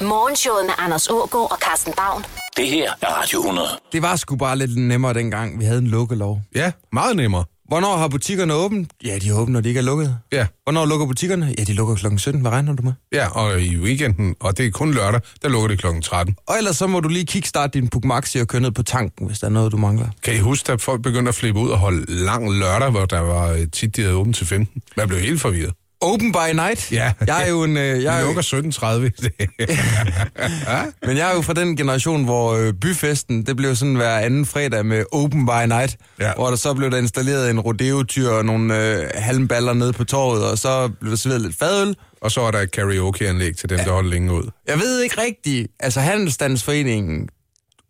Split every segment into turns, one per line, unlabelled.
Morgenshowet med Anders Ågaard og Carsten Baum.
Det her er Radio 100.
Det var sgu bare lidt nemmere dengang, vi havde en lukkelov.
Ja, meget nemmere.
Hvornår har butikkerne åbent? Ja, de er åbent, når de ikke er lukket.
Ja.
Hvornår lukker butikkerne? Ja, de lukker kl. 17. Hvad regner du med?
Ja, og i weekenden, og det er kun lørdag, der lukker det klokken 13.
Og ellers så må du lige kickstarte din Pugmaxi og køre ned på tanken, hvis der er noget, du mangler.
Kan I huske, da folk begyndte at flippe ud og holde lang lørdag, hvor der var øh, tit, de havde åbent til 15? Man blev helt forvirret.
Open by night.
Ja.
Jeg er jo en... Øh, jeg er
De
jo,
lukker 17.30.
men jeg er jo fra den generation, hvor øh, byfesten, det blev sådan hver anden fredag med open by night.
Ja.
Hvor der så blev der installeret en rodeotyr og nogle øh, halmballer nede på torvet, og så blev der serveret lidt fadøl.
og så er der et karaokeanlæg til dem, der holder længe ud.
Jeg ved ikke rigtigt. Altså, Handelsstandsforeningen,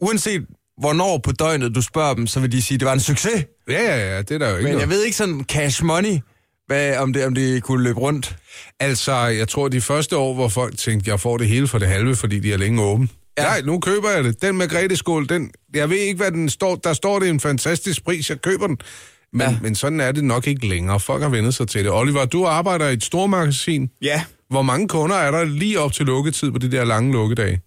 uanset hvornår på døgnet du spørger dem, så vil de sige, at det var en succes.
Ja, ja, ja, det er der jo ikke
Men
noget.
jeg ved ikke sådan cash money, hvad, om, det, om det kunne løbe rundt.
Altså, jeg tror, de første år, hvor folk tænkte, jeg får det hele for det halve, fordi de er længe åben. Ja. Nej, nu køber jeg det. Den med Grete-skål, den, jeg ved ikke, hvad den står. Der står det er en fantastisk pris, jeg køber den. Men, ja. men sådan er det nok ikke længere. Folk har vendet sig til det. Oliver, du arbejder i et stormagasin.
Ja.
Hvor mange kunder er der lige op til lukketid på de der lange lukkedage?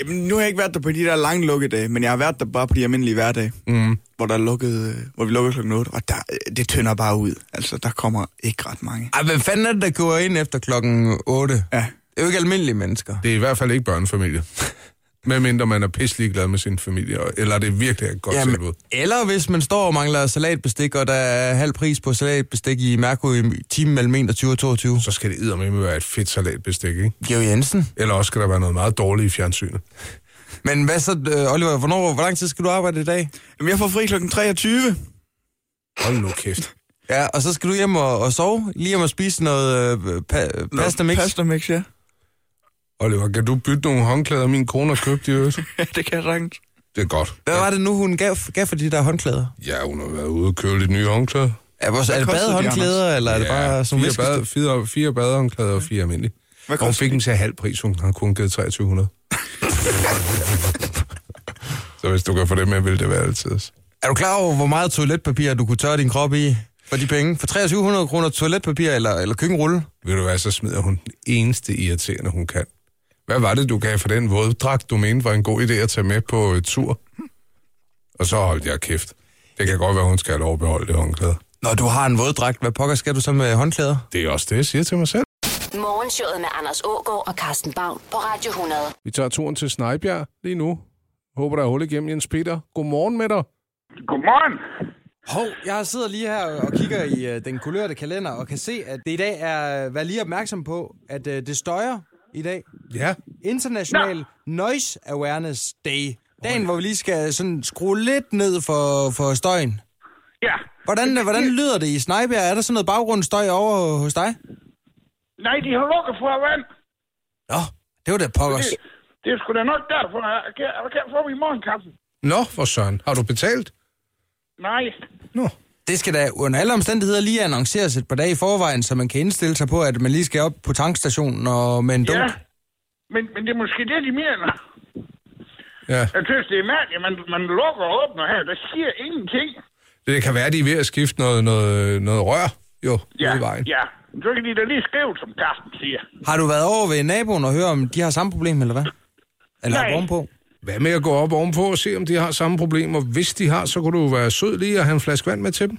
Jamen, nu har jeg ikke været der på de der lange lukkedage, men jeg har været der bare på de almindelige hverdage, mm. hvor, der er lukket, øh, hvor vi lukkede klokken 8, og der, øh, det tynder bare ud. Altså, der kommer ikke ret mange.
Ej, hvad fanden er det, der går ind efter klokken 8? Ja.
Ja,
Det er jo ikke almindelige mennesker.
Det er i hvert fald ikke børnefamilie. Medmindre man er pisselig glad med sin familie, og- eller det virkelig er et godt Jamen. tilbud.
eller hvis man står og mangler salatbestik, og der er halv pris på salatbestik i Mærko i timen mellem 21 og 22.
Så skal det eddermame være et fedt salatbestik, ikke?
Georg Jensen.
Eller også skal der være noget meget dårligt i fjernsynet.
Men hvad så, øh, Oliver, hvornår, hvor lang tid skal du arbejde i dag?
Jamen, jeg får fri klokken 23.
Hold nu kæft.
Ja, og så skal du hjem og, og sove, lige hjem og spise noget øh, pa- pasta mix.
Pasta mix, ja.
Oliver, kan du bytte nogle håndklæder, min kone har købt i øvrigt?
ja. det kan jeg sagtens.
Det er godt.
Hvad var det nu, hun gav, gav for de der håndklæder?
Ja, hun har været ude og købe lidt nye håndklæder.
Er, vores, er det
koster de,
badehåndklæder, eller er det bare sådan
fire,
nogle
bade, fire, fire badehåndklæder og fire almindelige.
Hvad
Og hun
koster
fik dem til halv pris, hun har kun givet 2300. Så hvis du kan få det med, vil det være altid.
Er du klar over, hvor meget toiletpapir du kunne tørre din krop i for de penge? For 2300 kroner toiletpapir eller, eller køkkenrulle?
Vil du være, så smider hun den eneste irriterende, hun kan. Hvad var det, du gav for den våddragt, du mente var en god idé at tage med på øh, tur? Og så holdt jeg kæft. Det kan godt være, hun skal have lov at beholde det håndklæde.
Når du har en våddragt, hvad pokker skal du så med håndklæder?
Det er også det, jeg siger til mig selv.
Morgenshowet med Anders Ågaard og Carsten Baum på Radio 100.
Vi tager turen til Snejbjerg lige nu. Håber, der er hul igennem, Jens Peter. Godmorgen med dig.
Godmorgen.
Hov, jeg sidder lige her og kigger i uh, den kulørte kalender og kan se, at det i dag er... øh, Vær lige opmærksom på, at uh, det støjer i dag.
Ja.
International Noise Awareness Day. Dagen, hvor vi lige skal sådan skrue lidt ned for, for støjen.
Ja.
Hvordan, øh, hvordan lyder det i Snejbjerg? Er der sådan noget baggrundsstøj over hos dig?
Nej, de har lukket for vand.
Nå, det var da pokkers.
Det, det er sgu da nok derfor, jeg kan, jeg kan få min morgenkaffe.
Nå, for søren. Har du betalt?
Nej.
Nå.
Det skal da under alle omstændigheder lige annonceres et par dage i forvejen, så man kan indstille sig på, at man lige skal op på tankstationen og med en dunk.
Ja. Men, men det er måske det, de mener.
Ja.
Jeg synes, det er mærkeligt, man, man lukker og åbner her. Der sker ingenting.
Det kan være, de er ved at skifte noget, noget, noget rør, jo, ude i vejen.
ja. Så kan de da lige skrive, som Carsten siger.
Har du været over ved naboen og hørt, om de har samme problem, eller hvad? Eller
Nej.
Nej. på?
Hvad med at gå op ovenpå og se, om de har samme problemer? Hvis de har, så kunne du jo være sød lige at have en flaske vand med til dem.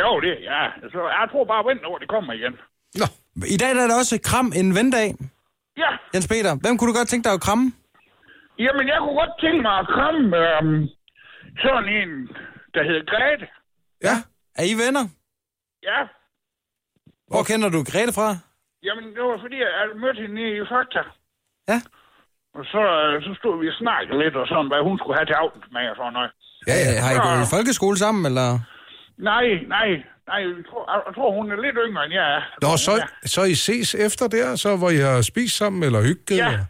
Jo, det ja. Så jeg tror bare, vent over, det kommer igen.
Nå,
I dag der er der også kram en vendag.
Ja.
Jens Peter, hvem kunne du godt tænke dig at kramme?
Jamen, jeg kunne godt tænke mig at komme øhm, sådan en, der hedder Grete.
ja.
Er I venner?
Ja.
Hvor kender du Grete fra?
Jamen, det var fordi, jeg mødte hende nede i Fakta.
Ja.
Og så, øh, så stod vi og snakkede lidt og sådan, hvad hun skulle have til aftensmad og sådan noget.
Ja, ja. Har I gået i
Ja.
folkeskole sammen, eller?
Nej, nej, nej, jeg tror, jeg, jeg tror hun er lidt yngre end jeg er.
Nå, så,
Ja.
så I ses efter der, så hvor I har spist sammen eller hygget?
Ja.
eller-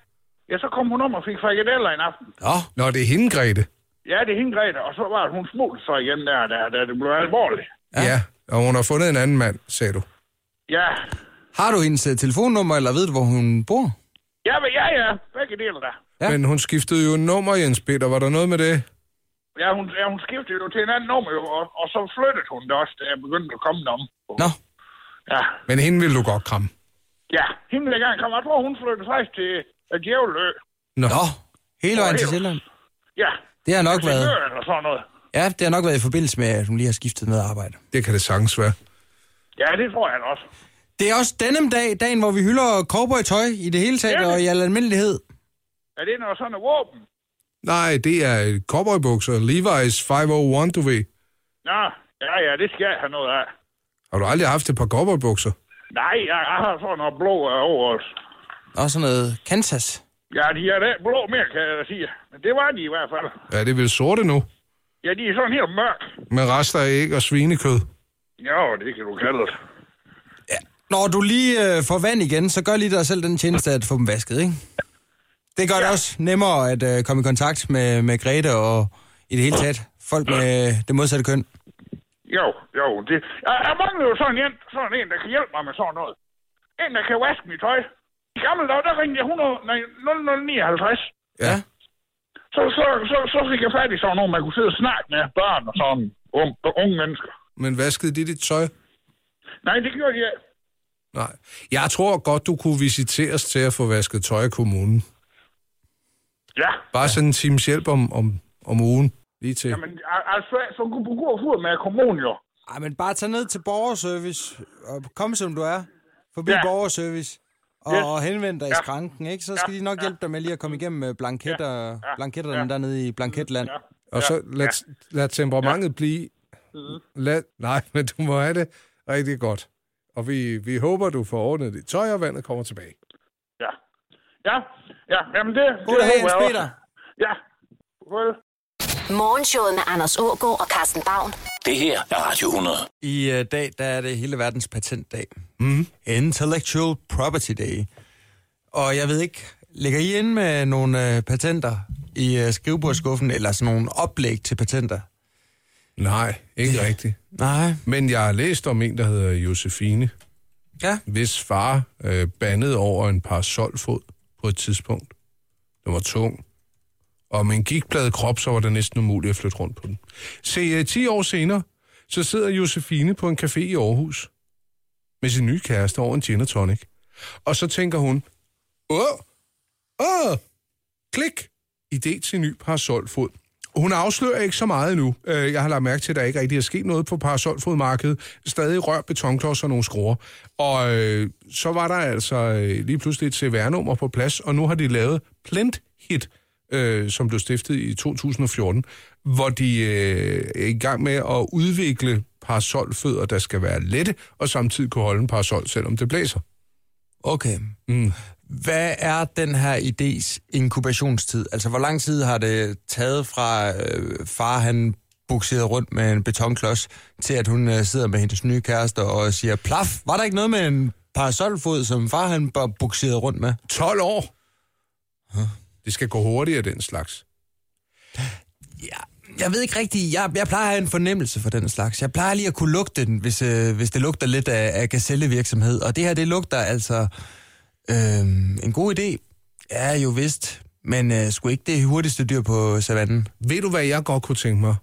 ja, så kom hun om og fik frikadeller en aften.
Nå,
Nå, det er hende, Grete.
Ja, det er hende Grete, og så var det, hun smult så igen der, da, da det blev alvorligt.
Ja. ja. Og hun har fundet en anden mand, sagde du.
Ja,
har du hendes øh, telefonnummer, eller ved du, hvor hun bor?
ja, men ja, ja, begge dele der.
Ja.
Ja. Men hun skiftede jo nummer, Jens Peter. Var der noget med det?
Ja, hun, ja, hun skiftede jo til en anden nummer, jo, og, og så flyttede hun det også, da jeg begyndte at komme om.
Nå,
Ja,
Men hende ville du godt kramme.
ja, hende vil jeg gerne komme. Jeg tror, hun flyttede faktisk til af Djævlø.
Nå. Nå. Hele vejen til Sjælland.
Ja.
Det har nok
Til
været...
Møn eller sådan noget.
Ja, det har nok været i forbindelse med, at hun lige har skiftet med arbejde.
Det kan det sagtens være.
Ja, det tror jeg da også.
Det er også denne dag, dagen, hvor vi hylder cowboy-tøj i det hele taget
Ja.
og i al almindelighed.
Er det noget sådan et våben?
Nej, det er cowboybukser. Levi's 501, du ved.
Nå, ja, ja, det skal jeg have noget af.
Har du aldrig haft et par cowboybukser?
Nej, jeg, jeg har sådan noget blå øh, over os.
Og sådan noget Kansas.
Ja, de er da ikke blå mere, kan jeg da sige. Men det var de i hvert fald.
Ja, det er vel sorte nu.
Ja, de er sådan helt mørk.
Med rester af æg og svinekød.
Jo, det kan du kalde det.
Når du lige øh, får vand igen, så gør lige dig selv den tjeneste at få dem vasket, ikke? Det gør ja. det også nemmere at øh, komme i kontakt med, med Grete og i det hele taget folk med øh, det modsatte køn.
Jo, jo, det... Jeg, jeg mangler jo sådan en, sådan en, der kan hjælpe mig med sådan noget. En, der kan vaske mit tøj. I gamle dage, der ringte jeg 100, nej, 0059.
Ja.
Så, så, så, så fik jeg fat i sådan nogen, man kunne sidde og snakke med børn og sådan unge, unge mennesker.
Men vaskede de dit tøj?
Nej, det gjorde de ikke.
Nej. Jeg tror godt, du kunne visiteres til at få vasket tøj i kommunen.
Ja,
Bare sådan en times hjælp om, om, om ugen. Lige til.
men al- altså, så kunne du gå fod med kommunen jo.
Ej, men bare tag ned til borgerservice og kom som du er. Forbi ja.
Ja.
borgerservice og,
Yes.
og henvend dig ja. i skranken, ikke? Så skal
Ja.
de nok
Ja.
hjælpe dig med lige at komme igennem øh, blanketter, ja. blanketterne ja. dernede i Blanketland. Ja. Mm-hmm.
Og så lad, lad temperamentet blive... Lad, nej, men du må have det rigtig godt. Og vi, vi håber, du får ordnet dit tøj, og vandet kommer tilbage.
Ja, ja, ja, jamen det...
God dag,
det håber
Hans
jeg også.
Peter.
Ja, well.
Morgenshowet med Anders Ågaard og Carsten Baum.
Det her er Radio 100.
I øh, dag, der er det hele verdens patentdag. Mm. Intellectual Property Day. Og jeg ved ikke, ligger I inde med nogle øh, patenter i øh, skrivebordskuffen, eller sådan nogle oplæg til patenter?
Nej, ikke rigtigt.
Nej.
Men jeg har læst om en, der hedder Josefine,
Ja.
hvis far øh, bandede over en parasolfod på et tidspunkt. Den var tung. Og med en gigtplade krop, så var det næsten umuligt at flytte rundt på den. Se, øh, 10 år senere, så sidder Josefine på en café i Aarhus med sin nye kæreste over en gin og tonic. Og så tænker hun, åh, åh, klik, idé til ny parasolfod. Hun afslører ikke så meget endnu. Øh, Jeg har lagt mærke til, at der ikke rigtig er sket noget på parasolfodmarkedet. Stadig rør, betonklods og nogle skruer. Og øh, så var der altså øh, lige pludselig et CVR-nummer på plads, og nu har de lavet Plent Hit, øh, som blev stiftet i 2014, hvor de øh, er i gang med at udvikle parasolfødder, der skal være lette, og samtidig kunne holde en parasol, selvom det blæser.
Okay. Mm. Hvad er den her idés inkubationstid? Altså, hvor lang tid har det taget fra øh, far, han bukserede rundt med en betonklods, til at hun øh, sidder med hendes nye kæreste og siger, plaf, var der ikke noget med en parasolfod, som far han bare bukserede rundt med?
12 år! Det skal gå hurtigere, den slags.
Ja, jeg ved ikke rigtigt. Jeg, jeg plejer at have en fornemmelse for den slags. Jeg plejer lige at kunne lugte den, hvis, øh, hvis det lugter lidt af, af gazellevirksomhed. Og det her, det lugter altså... Øh, en god idé er jo vist, men øh, sgu ikke det hurtigste dyr på savannen.
Ved du, hvad jeg godt kunne tænke mig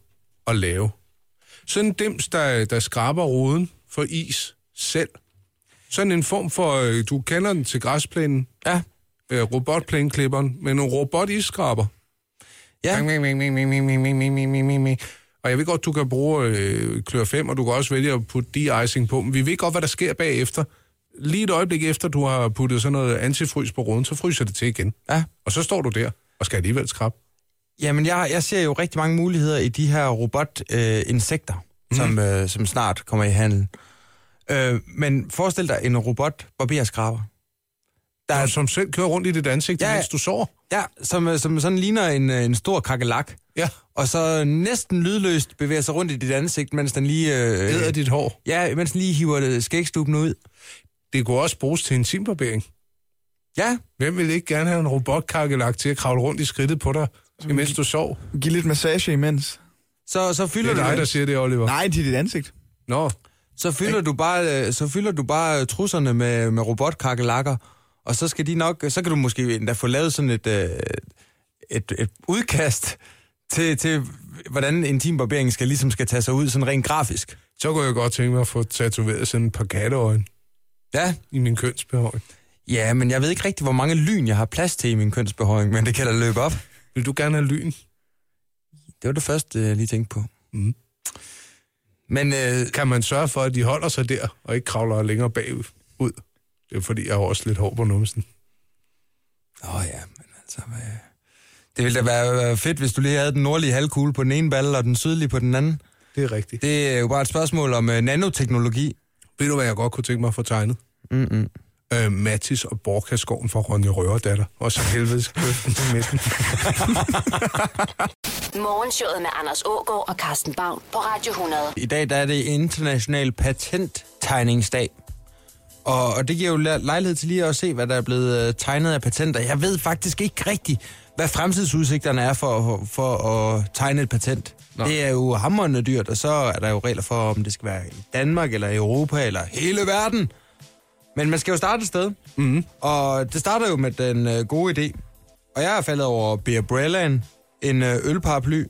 at lave? Sådan en dims, der, der skraber roden for is selv. Sådan en form for, øh, du kender den til græsplænen,
Ja,
øh, robotplæneklipperen, men en robotiskraber.
Ja.
Ming, ming, ming, ming, ming, ming, ming, ming, ming, ming, ming, ming. Og jeg ved godt, du kan bruge øh, klør 5, og du kan også vælge at putte de-icing på, men vi ved godt, hvad der sker bagefter. Lige et øjeblik efter, du har puttet sådan noget antifrys på roden, så fryser det til igen.
ja.
Og så står du der, og skal alligevel skrabe.
Jamen, jeg, jeg ser jo rigtig mange muligheder i de her robotinsekter, øh, insekter, som, øh, som snart kommer i handel. Øh, men forestil dig en robot barberskraber. Der
Og
er,
som selv kører rundt i dit ansigt,
Ja,
ja,
ja.
mens du sover.
ja, som, øh, som sådan ligner en, øh, en stor kakelak.
Ja.
og så næsten lydløst bevæger sig rundt i dit ansigt, mens den lige... Øh,
æder dit hår.
Ja, mens den lige hiver øh, skægstuben ud.
Det kunne også bruges til en timbarbering.
Ja,
Hvem vil ikke gerne have en robotkakkelagt til at kravle rundt i skridtet på dig, imens du sov?
Giv lidt massage imens.
så, så fylder
Det er dig,
du
der siger det, Oliver.
Nej, til dit ansigt.
Nå,
så fylder du bare øh, så fylder du bare øh, trusserne med med robotkakkelakker, og så skal de nok så kan du måske endda få lavet sådan et øh, et, et udkast til, til hvordan intimbarberingen skal ligesom skal tage sig ud sådan rent grafisk.
så kunne jeg godt tænke mig at få tatoveret sådan et par katteøjne
Ja,
i min kønsbehøjning.
Ja, men jeg ved ikke rigtig, hvor mange lyn jeg har plads til i min kønsbehøring, men det kan da løbe op.
Vil du gerne have lyn?
Det var det første, jeg lige tænkte på. Mm. Men øh,
Kan man sørge for, at de holder sig der, og ikke kravler længere bagud? Det er fordi, jeg har også lidt hår på numsen.
Åh oh, ja, men altså... Hvad... Det ville da være være fedt, hvis du lige havde den nordlige halvkugle på den ene balle, og den sydlige på den anden.
Det er rigtigt. Det...
Det er jo bare et spørgsmål om uh, nanoteknologi.
Ved du, hvad jeg godt kunne tænke mig at få tegnet? Mm-mm. Øh, Mattis og Borka skoven fra Ronja Røverdatter. Og så helvedes kløften til midten.
Morgenshowet med Anders Ågaard og Carsten Baum på Radio 100.
I dag der er det international patenttegningsdag. Og, og det giver jo le- lejlighed til lige at se, hvad der er blevet øh, tegnet af patenter. Jeg ved faktisk ikke rigtigt, hvad fremtidsudsigterne er for, for, for at tegne et patent. Nå. Det er jo hammerende dyrt, og så er der jo regler for, om det skal være i Danmark, eller i Europa, eller hele verden. Men man skal jo starte et sted. Mm-hmm. Og det starter jo med den øh, gode idé. Og jeg er faldet over Beerbrellan, en øh, ølparaply.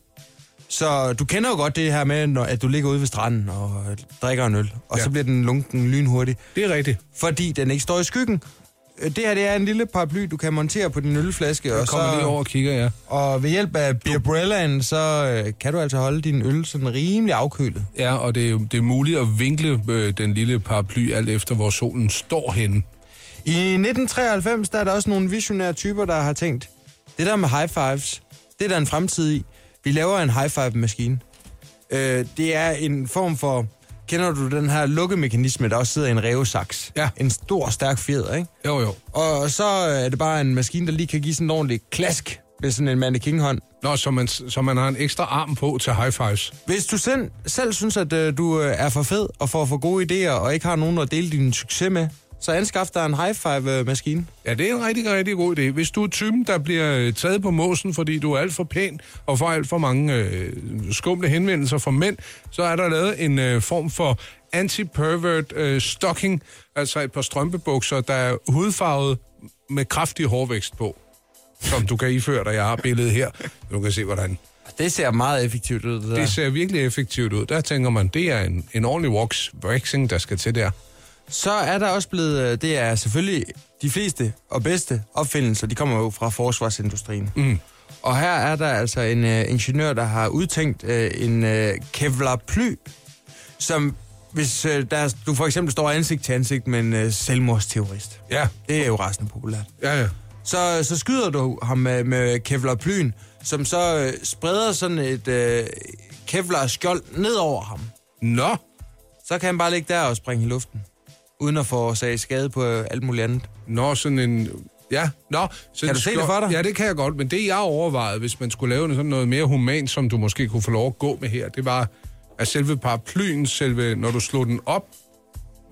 Så du kender jo godt det her med, når, at du ligger ude ved stranden og øh, drikker en øl. Og ja.
Ja.
så bliver den lunken lynhurtigt,
det er rigtigt.
fordi den ikke står i skyggen. Øh, Det her det er en lille paraply, du kan montere på din ølflaske. Og,
Jeg kommer lige
så,
over og kigger, ja.
og ved hjælp af Beerbrellan, så øh, kan du altså holde din øl sådan rimelig afkølet.
Ja, og det er, det er muligt at vinkle øh, den lille paraply alt efter, hvor solen står henne.
I 1993, der er der også nogle visionære typer, der har tænkt, det der med high fives, det er der en fremtid i. Vi laver en high five-maskine. Øh, det er en form for, kender du den her lukkemekanisme, der også sidder i en revsaks?
Ja.
En stor, stærk fjeder, ikke?
Jo, jo.
Og så er det bare en maskine, der lige kan give sådan en ordentlig klask med sådan en mannequin-hånd.
Nå, så man, så man har en ekstra arm på til high fives.
Hvis du selv, selv synes, at øh, du øh, er for fed og får for gode idéer og ikke har nogen at dele din succes med, så anskaf dig en high øh, five-maskine.
Ja, det er en rigtig, rigtig god idé. Hvis du er typen, der bliver øh, taget på måsen, fordi du er alt for pæn og får alt for mange øh, skumle henvendelser fra mænd, så er der lavet en øh, form for anti-pervert øh, stocking, altså et par strømpebukser, der er hudfarvet med kraftig hårvækst på, som du kan iføre dig. Jeg har billedet her. Du kan se, hvordan
Det ser meget effektivt ud, det der.
Det ser virkelig effektivt ud. Der tænker man, det er en, en ordentlig wax, waxing, der skal til der.
Så er der også blevet, øh, det er selvfølgelig de fleste og bedste opfindelser, de kommer jo fra forsvarsindustrien. Mm. Og her er der altså en øh, ingeniør, der har udtænkt øh, en øh, Kevlar-ply, som hvis øh, der, du for eksempel står ansigt til ansigt med en øh, selvmordsteorist.
Ja,
Det er jo rasende populært.
ja, ja.
Så, så skyder du ham med, med Kevlar-plyen, som så øh, spreder sådan et øh, Kevlar-skjold ned over ham.
Nå,
Så kan han bare ligge der og springe i luften, uden at forårsage skade på øh, alt muligt andet.
nå sådan en... Ja, nå. Så
Kan
en
du se det
skjold-
for dig?
Ja, det kan jeg godt, men det jeg overvejede, hvis man skulle lave sådan noget mere humant, som du måske kunne få lov at gå med her, det var, at selve paraplyen, selve, når du slog den op,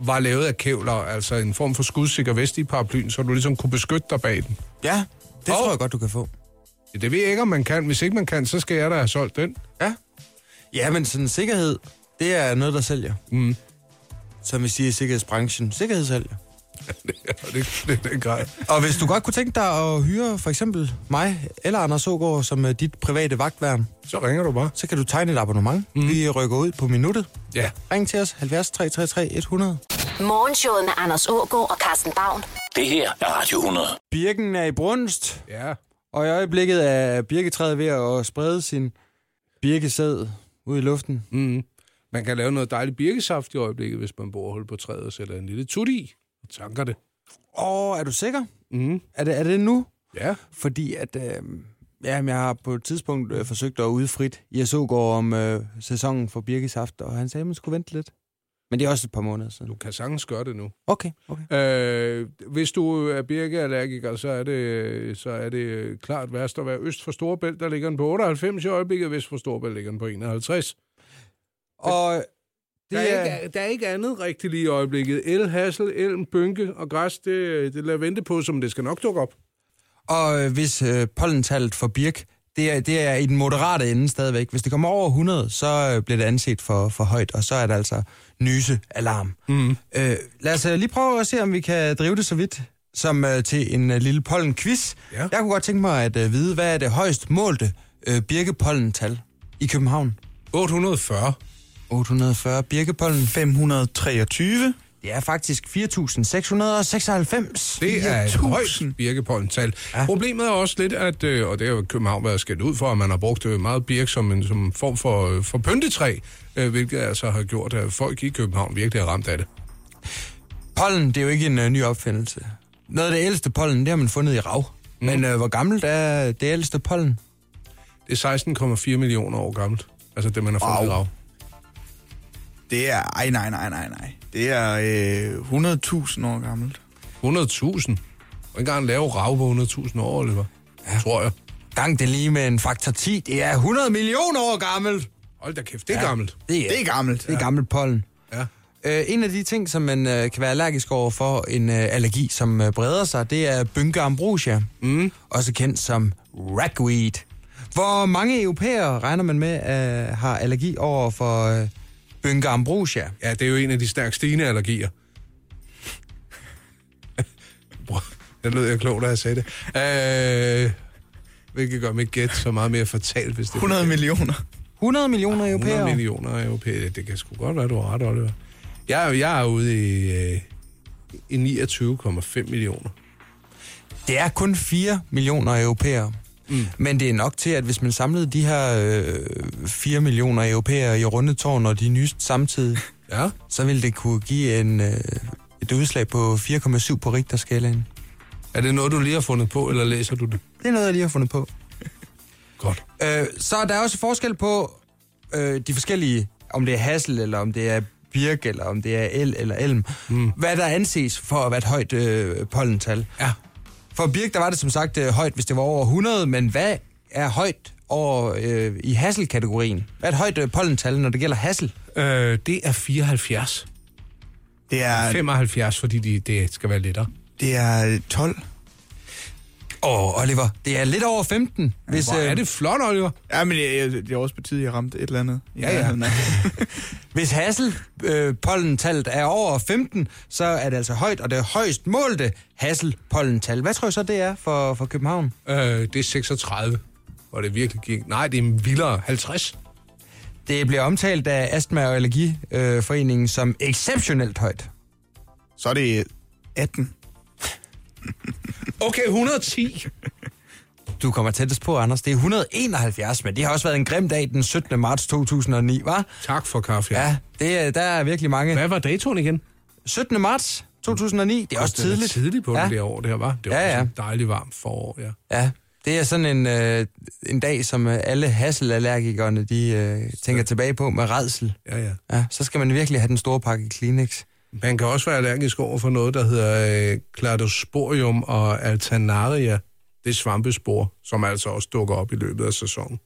var lavet af kævler, altså en form for skudsikker vest i paraplyen, så du ligesom kunne beskytte dig bag den.
Ja, det
Og-
tror jeg godt, du kan få.
Ja, Det ved jeg ikke, om man kan. Hvis ikke man kan, så skal jeg da have solgt den.
Ja. Ja, men sådan sikkerhed, det er noget, der sælger. Mm. Som vi siger i sikkerhedsbranchen, sikkerhed sælger.
det, det, det, det
Og hvis du godt kunne tænke dig at hyre for eksempel mig eller Anders Ågaard som øh, dit private vagtværn,
Så ringer du bare.
så kan du tegne et abonnement. Mm. Vi rykker ud på minuttet.
Ja.
Ring til os 70 333 100.
Morgenshowet med Anders Ågaard og Carsten Baum.
Det her er Radio 100.
Birken er i brunst,
Ja.
og i øjeblikket er birketræet ved at sprede sin birkesæd ud i luften.
Man kan lave noget dejligt birkesaft i øjeblikket, hvis man bor og holder på træet og sætter en lille tut i og tanker det.
Åh, er du sikker? Mm. Er, det, er det nu?
Ja.
Fordi at, øh, ja, jeg har på et tidspunkt øh, forsøgt at udfrit Jes Ågaard om øh, sæsonen for birkesaft, og han sagde, at man skulle vente lidt. Men det er også et par måneder
Du
siden.
kan sagtens gøre det nu.
Okay, okay.
Øh, hvis du er birkeallergiker, så er det, så er det klart værst at være øst for Storebælt, der ligger den på 98 i øjeblikket, vest for Storebælt ligger den på 51.
Og
Det
det
der,
er...
er ikke, der er ikke andet rigtigt lige i øjeblikket. El, hassel, elm, bynke og græs, det, det lader vente på, som det skal nok dukke op.
Og øh, hvis øh, pollentallet for birk, det er, det er i den moderate ende stadigvæk. Hvis det kommer over 100, så øh, bliver det anset for, for højt, og så er det altså nysealarm. Mm. Øh, lad os øh, lige prøve at se, om vi kan drive det så vidt som øh, til en øh, lille pollenquiz.
Ja.
Jeg kunne godt tænke mig at øh, vide, hvad er det højst målte øh, birkepollental i København?
840.
840 birkepollen.
523.
Det er faktisk 4.696.
Det er et
4.000.
højt birkepollental. Ja.
Ja.
Problemet er også lidt, at, øh, og det har jo København været skældt ud for, at man har brugt øh, meget birk som en som en form for, øh, for pyntetræ, øh, hvilket altså har gjort, at folk i København virkelig er ramt af det.
Pollen, det er jo ikke en uh, ny opfindelse. Noget af det ældste pollen, det har man fundet i rav. Mm. Men uh, hvor gammelt er det ældste pollen?
øh, Det er 16,4 millioner år gammelt, altså det, man har fundet wow.
Wow.
af.
Det er... Ej, nej, nej, nej, nej. Det er øh, 100.000 år gammelt.
100.000. Og ikke engang lave rav på 100.000 år, Oliver. Ja. Tror jeg.
Gang det lige med en faktor 10. Det er 100 millioner år gammelt.
Hold da kæft, det er ja. gammelt.
Det
Det er gammelt.
Det er gammelt pollen.
Ja.
Øh, en af de ting, som man øh, kan være allergisk over for en øh, allergi, som øh, breder sig, det er bynke ambrosia, mm. også kendt som ragweed. Hvor mange europæere regner man med øh, har allergi over for øh, bynke ambrosia?
ja, det er jo en af de stærkt stigende allergier. Bror, det lød jeg klog, da jeg sagde det. Øh, hvilket gør mit gæt så meget mere fortalt, hvis det
100 millioner.
100 millioner
100
europæere.
millioner af europæere. Det kan sgu godt være, du har ret, Oliver. Jeg, er jo- jeg er ude i, øh, i 29,5 millioner.
Det er kun 4 millioner europæere. Mm. Men det er nok til, at hvis man samlede de her øh, 4 millioner europæere i rundetårn, og de nyeste samtidig,
Ja.
så ville det kunne give en, øh, et udslag på 4,7 på Richterskalaen.
Er det noget, du lige har fundet på, eller læser du det?
Det er noget, jeg lige har fundet på.
Godt.
Øh, så er der også forskel på øh, de forskellige, om det er hassel, eller om det er birk, eller om det er el eller elm. Mm. Hvad der anses for at være et højt øh, pollental.
Ja.
For birk, der var det som sagt øh, højt, hvis det var over 100, men hvad er højt over øh, i hasselkategorien? Hvad er et højt øh, pollental, når det gælder hassel?
Øh, det er 74.
Det er,
75, fordi de, det skal være lettere.
det er 12.
Åh, oh, Oliver, det er lidt over 15. Hvis, øh,
Hvor er det flot, Oliver.
Ja, men det, er- det er også på tide, jeg ramte et eller andet. i
Ja, ja.
nærheden af.
Hvis hasselpollentallet er over 15, så er det altså højt, og det højst målte hasselpollental. Hvad tror jeg så, det er for, for København?
Øh, det er 36, hvor det virkelig gik. Nej, det er en vildere 50.
Det bliver omtalt af Astma- og Allergiforeningen øh, som exceptionelt højt.
Så er det 18.
Okay, 110.
Du kommer tættest på, Anders. Det er 171, men det har også været en grim dag den 17. marts 2009, var?
tak for kaffe.
Ja, det, er- der er virkelig mange.
Hvad var datoen igen?
17. marts 2009, det er også
Det var
tidligt.
Tidligt på ja.
ja.
det der år, det her var. Det var
Ja,
ja,
ja.
ja. en dejlig varm forår, ja.
Ja, det er sådan en, øh, en dag, som øh, alle hasselallergikerne, de øh, tænker tilbage på med redsel.
ja, ja.
Ja, så skal man virkelig have den store pakke Kleenex.
Man kan også være allergisk over for noget, der hedder øh, cladosporium og alternaria. Det er svampespor, som altså også dukker op i løbet af sæsonen.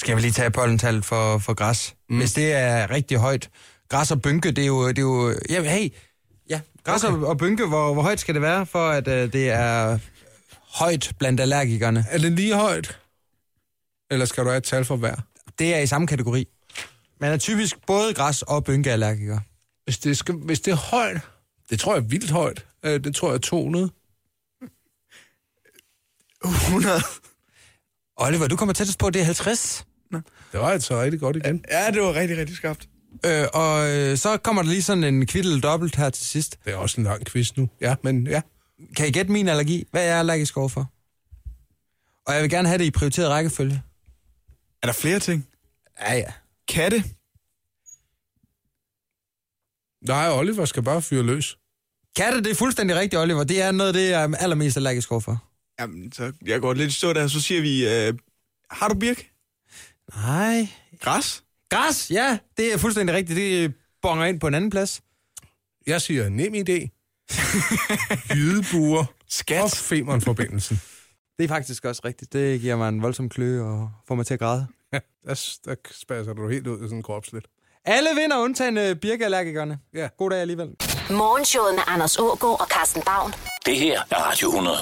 Skal vi lige tage pollentallet for, for græs? Mm. Hvis det er rigtig højt. Græs og bynke, det er jo... Det er jo jamen, hey, ja, græs okay. og, og bynke, hvor, hvor højt skal det være, for at øh, det er højt blandt allergikerne?
Er det lige højt? Eller skal du have et tal for hver?
Det er i samme kategori. Man er typisk både græs- og bynkeallergiker.
Hvis det, skal, hvis det er højt, det tror jeg er vildt højt. Øh, det tror jeg er 200.
100.
Oliver, du kommer tættest på, det er 50.
Det var altså rigtig godt igen.
Ja, det var rigtig, rigtig skarpt.
Øh, og øh, så kommer der lige sådan en kviddel dobbelt her til sidst.
Det er også en lang quiz nu. Ja, men ja.
Kan I gætte min allergi? Hvad er jeg allergisk overfor? Og jeg vil gerne have det i prioriteret rækkefølge.
Er der flere ting?
Ja, ja.
Katte?
Nej, Oliver skal bare fyre løs.
Katte, det er fuldstændig rigtigt, Oliver. Det er noget af det, jeg er allermest allergisk overfor.
Jamen, så jeg går lidt i stå der, så siger vi, øh, har du birk?
Nej.
Græs?
Græs, ja. Det er fuldstændig rigtigt. Det bonger ind på en anden plads.
Jeg siger nem idé. Jydebuer.
Skat.
Og Femern-forbindelsen.
Det er faktisk også rigtigt. Det giver mig en voldsom kløe og får mig til at græde.
der, der spasser du helt ud i sådan en kropslet.
Alle vinder undtagen øh, birkeallergikerne.
Ja.
God dag alligevel.
Morgenshowet med Anders Ågaard og Carsten Baum.
Det her er Radio 100.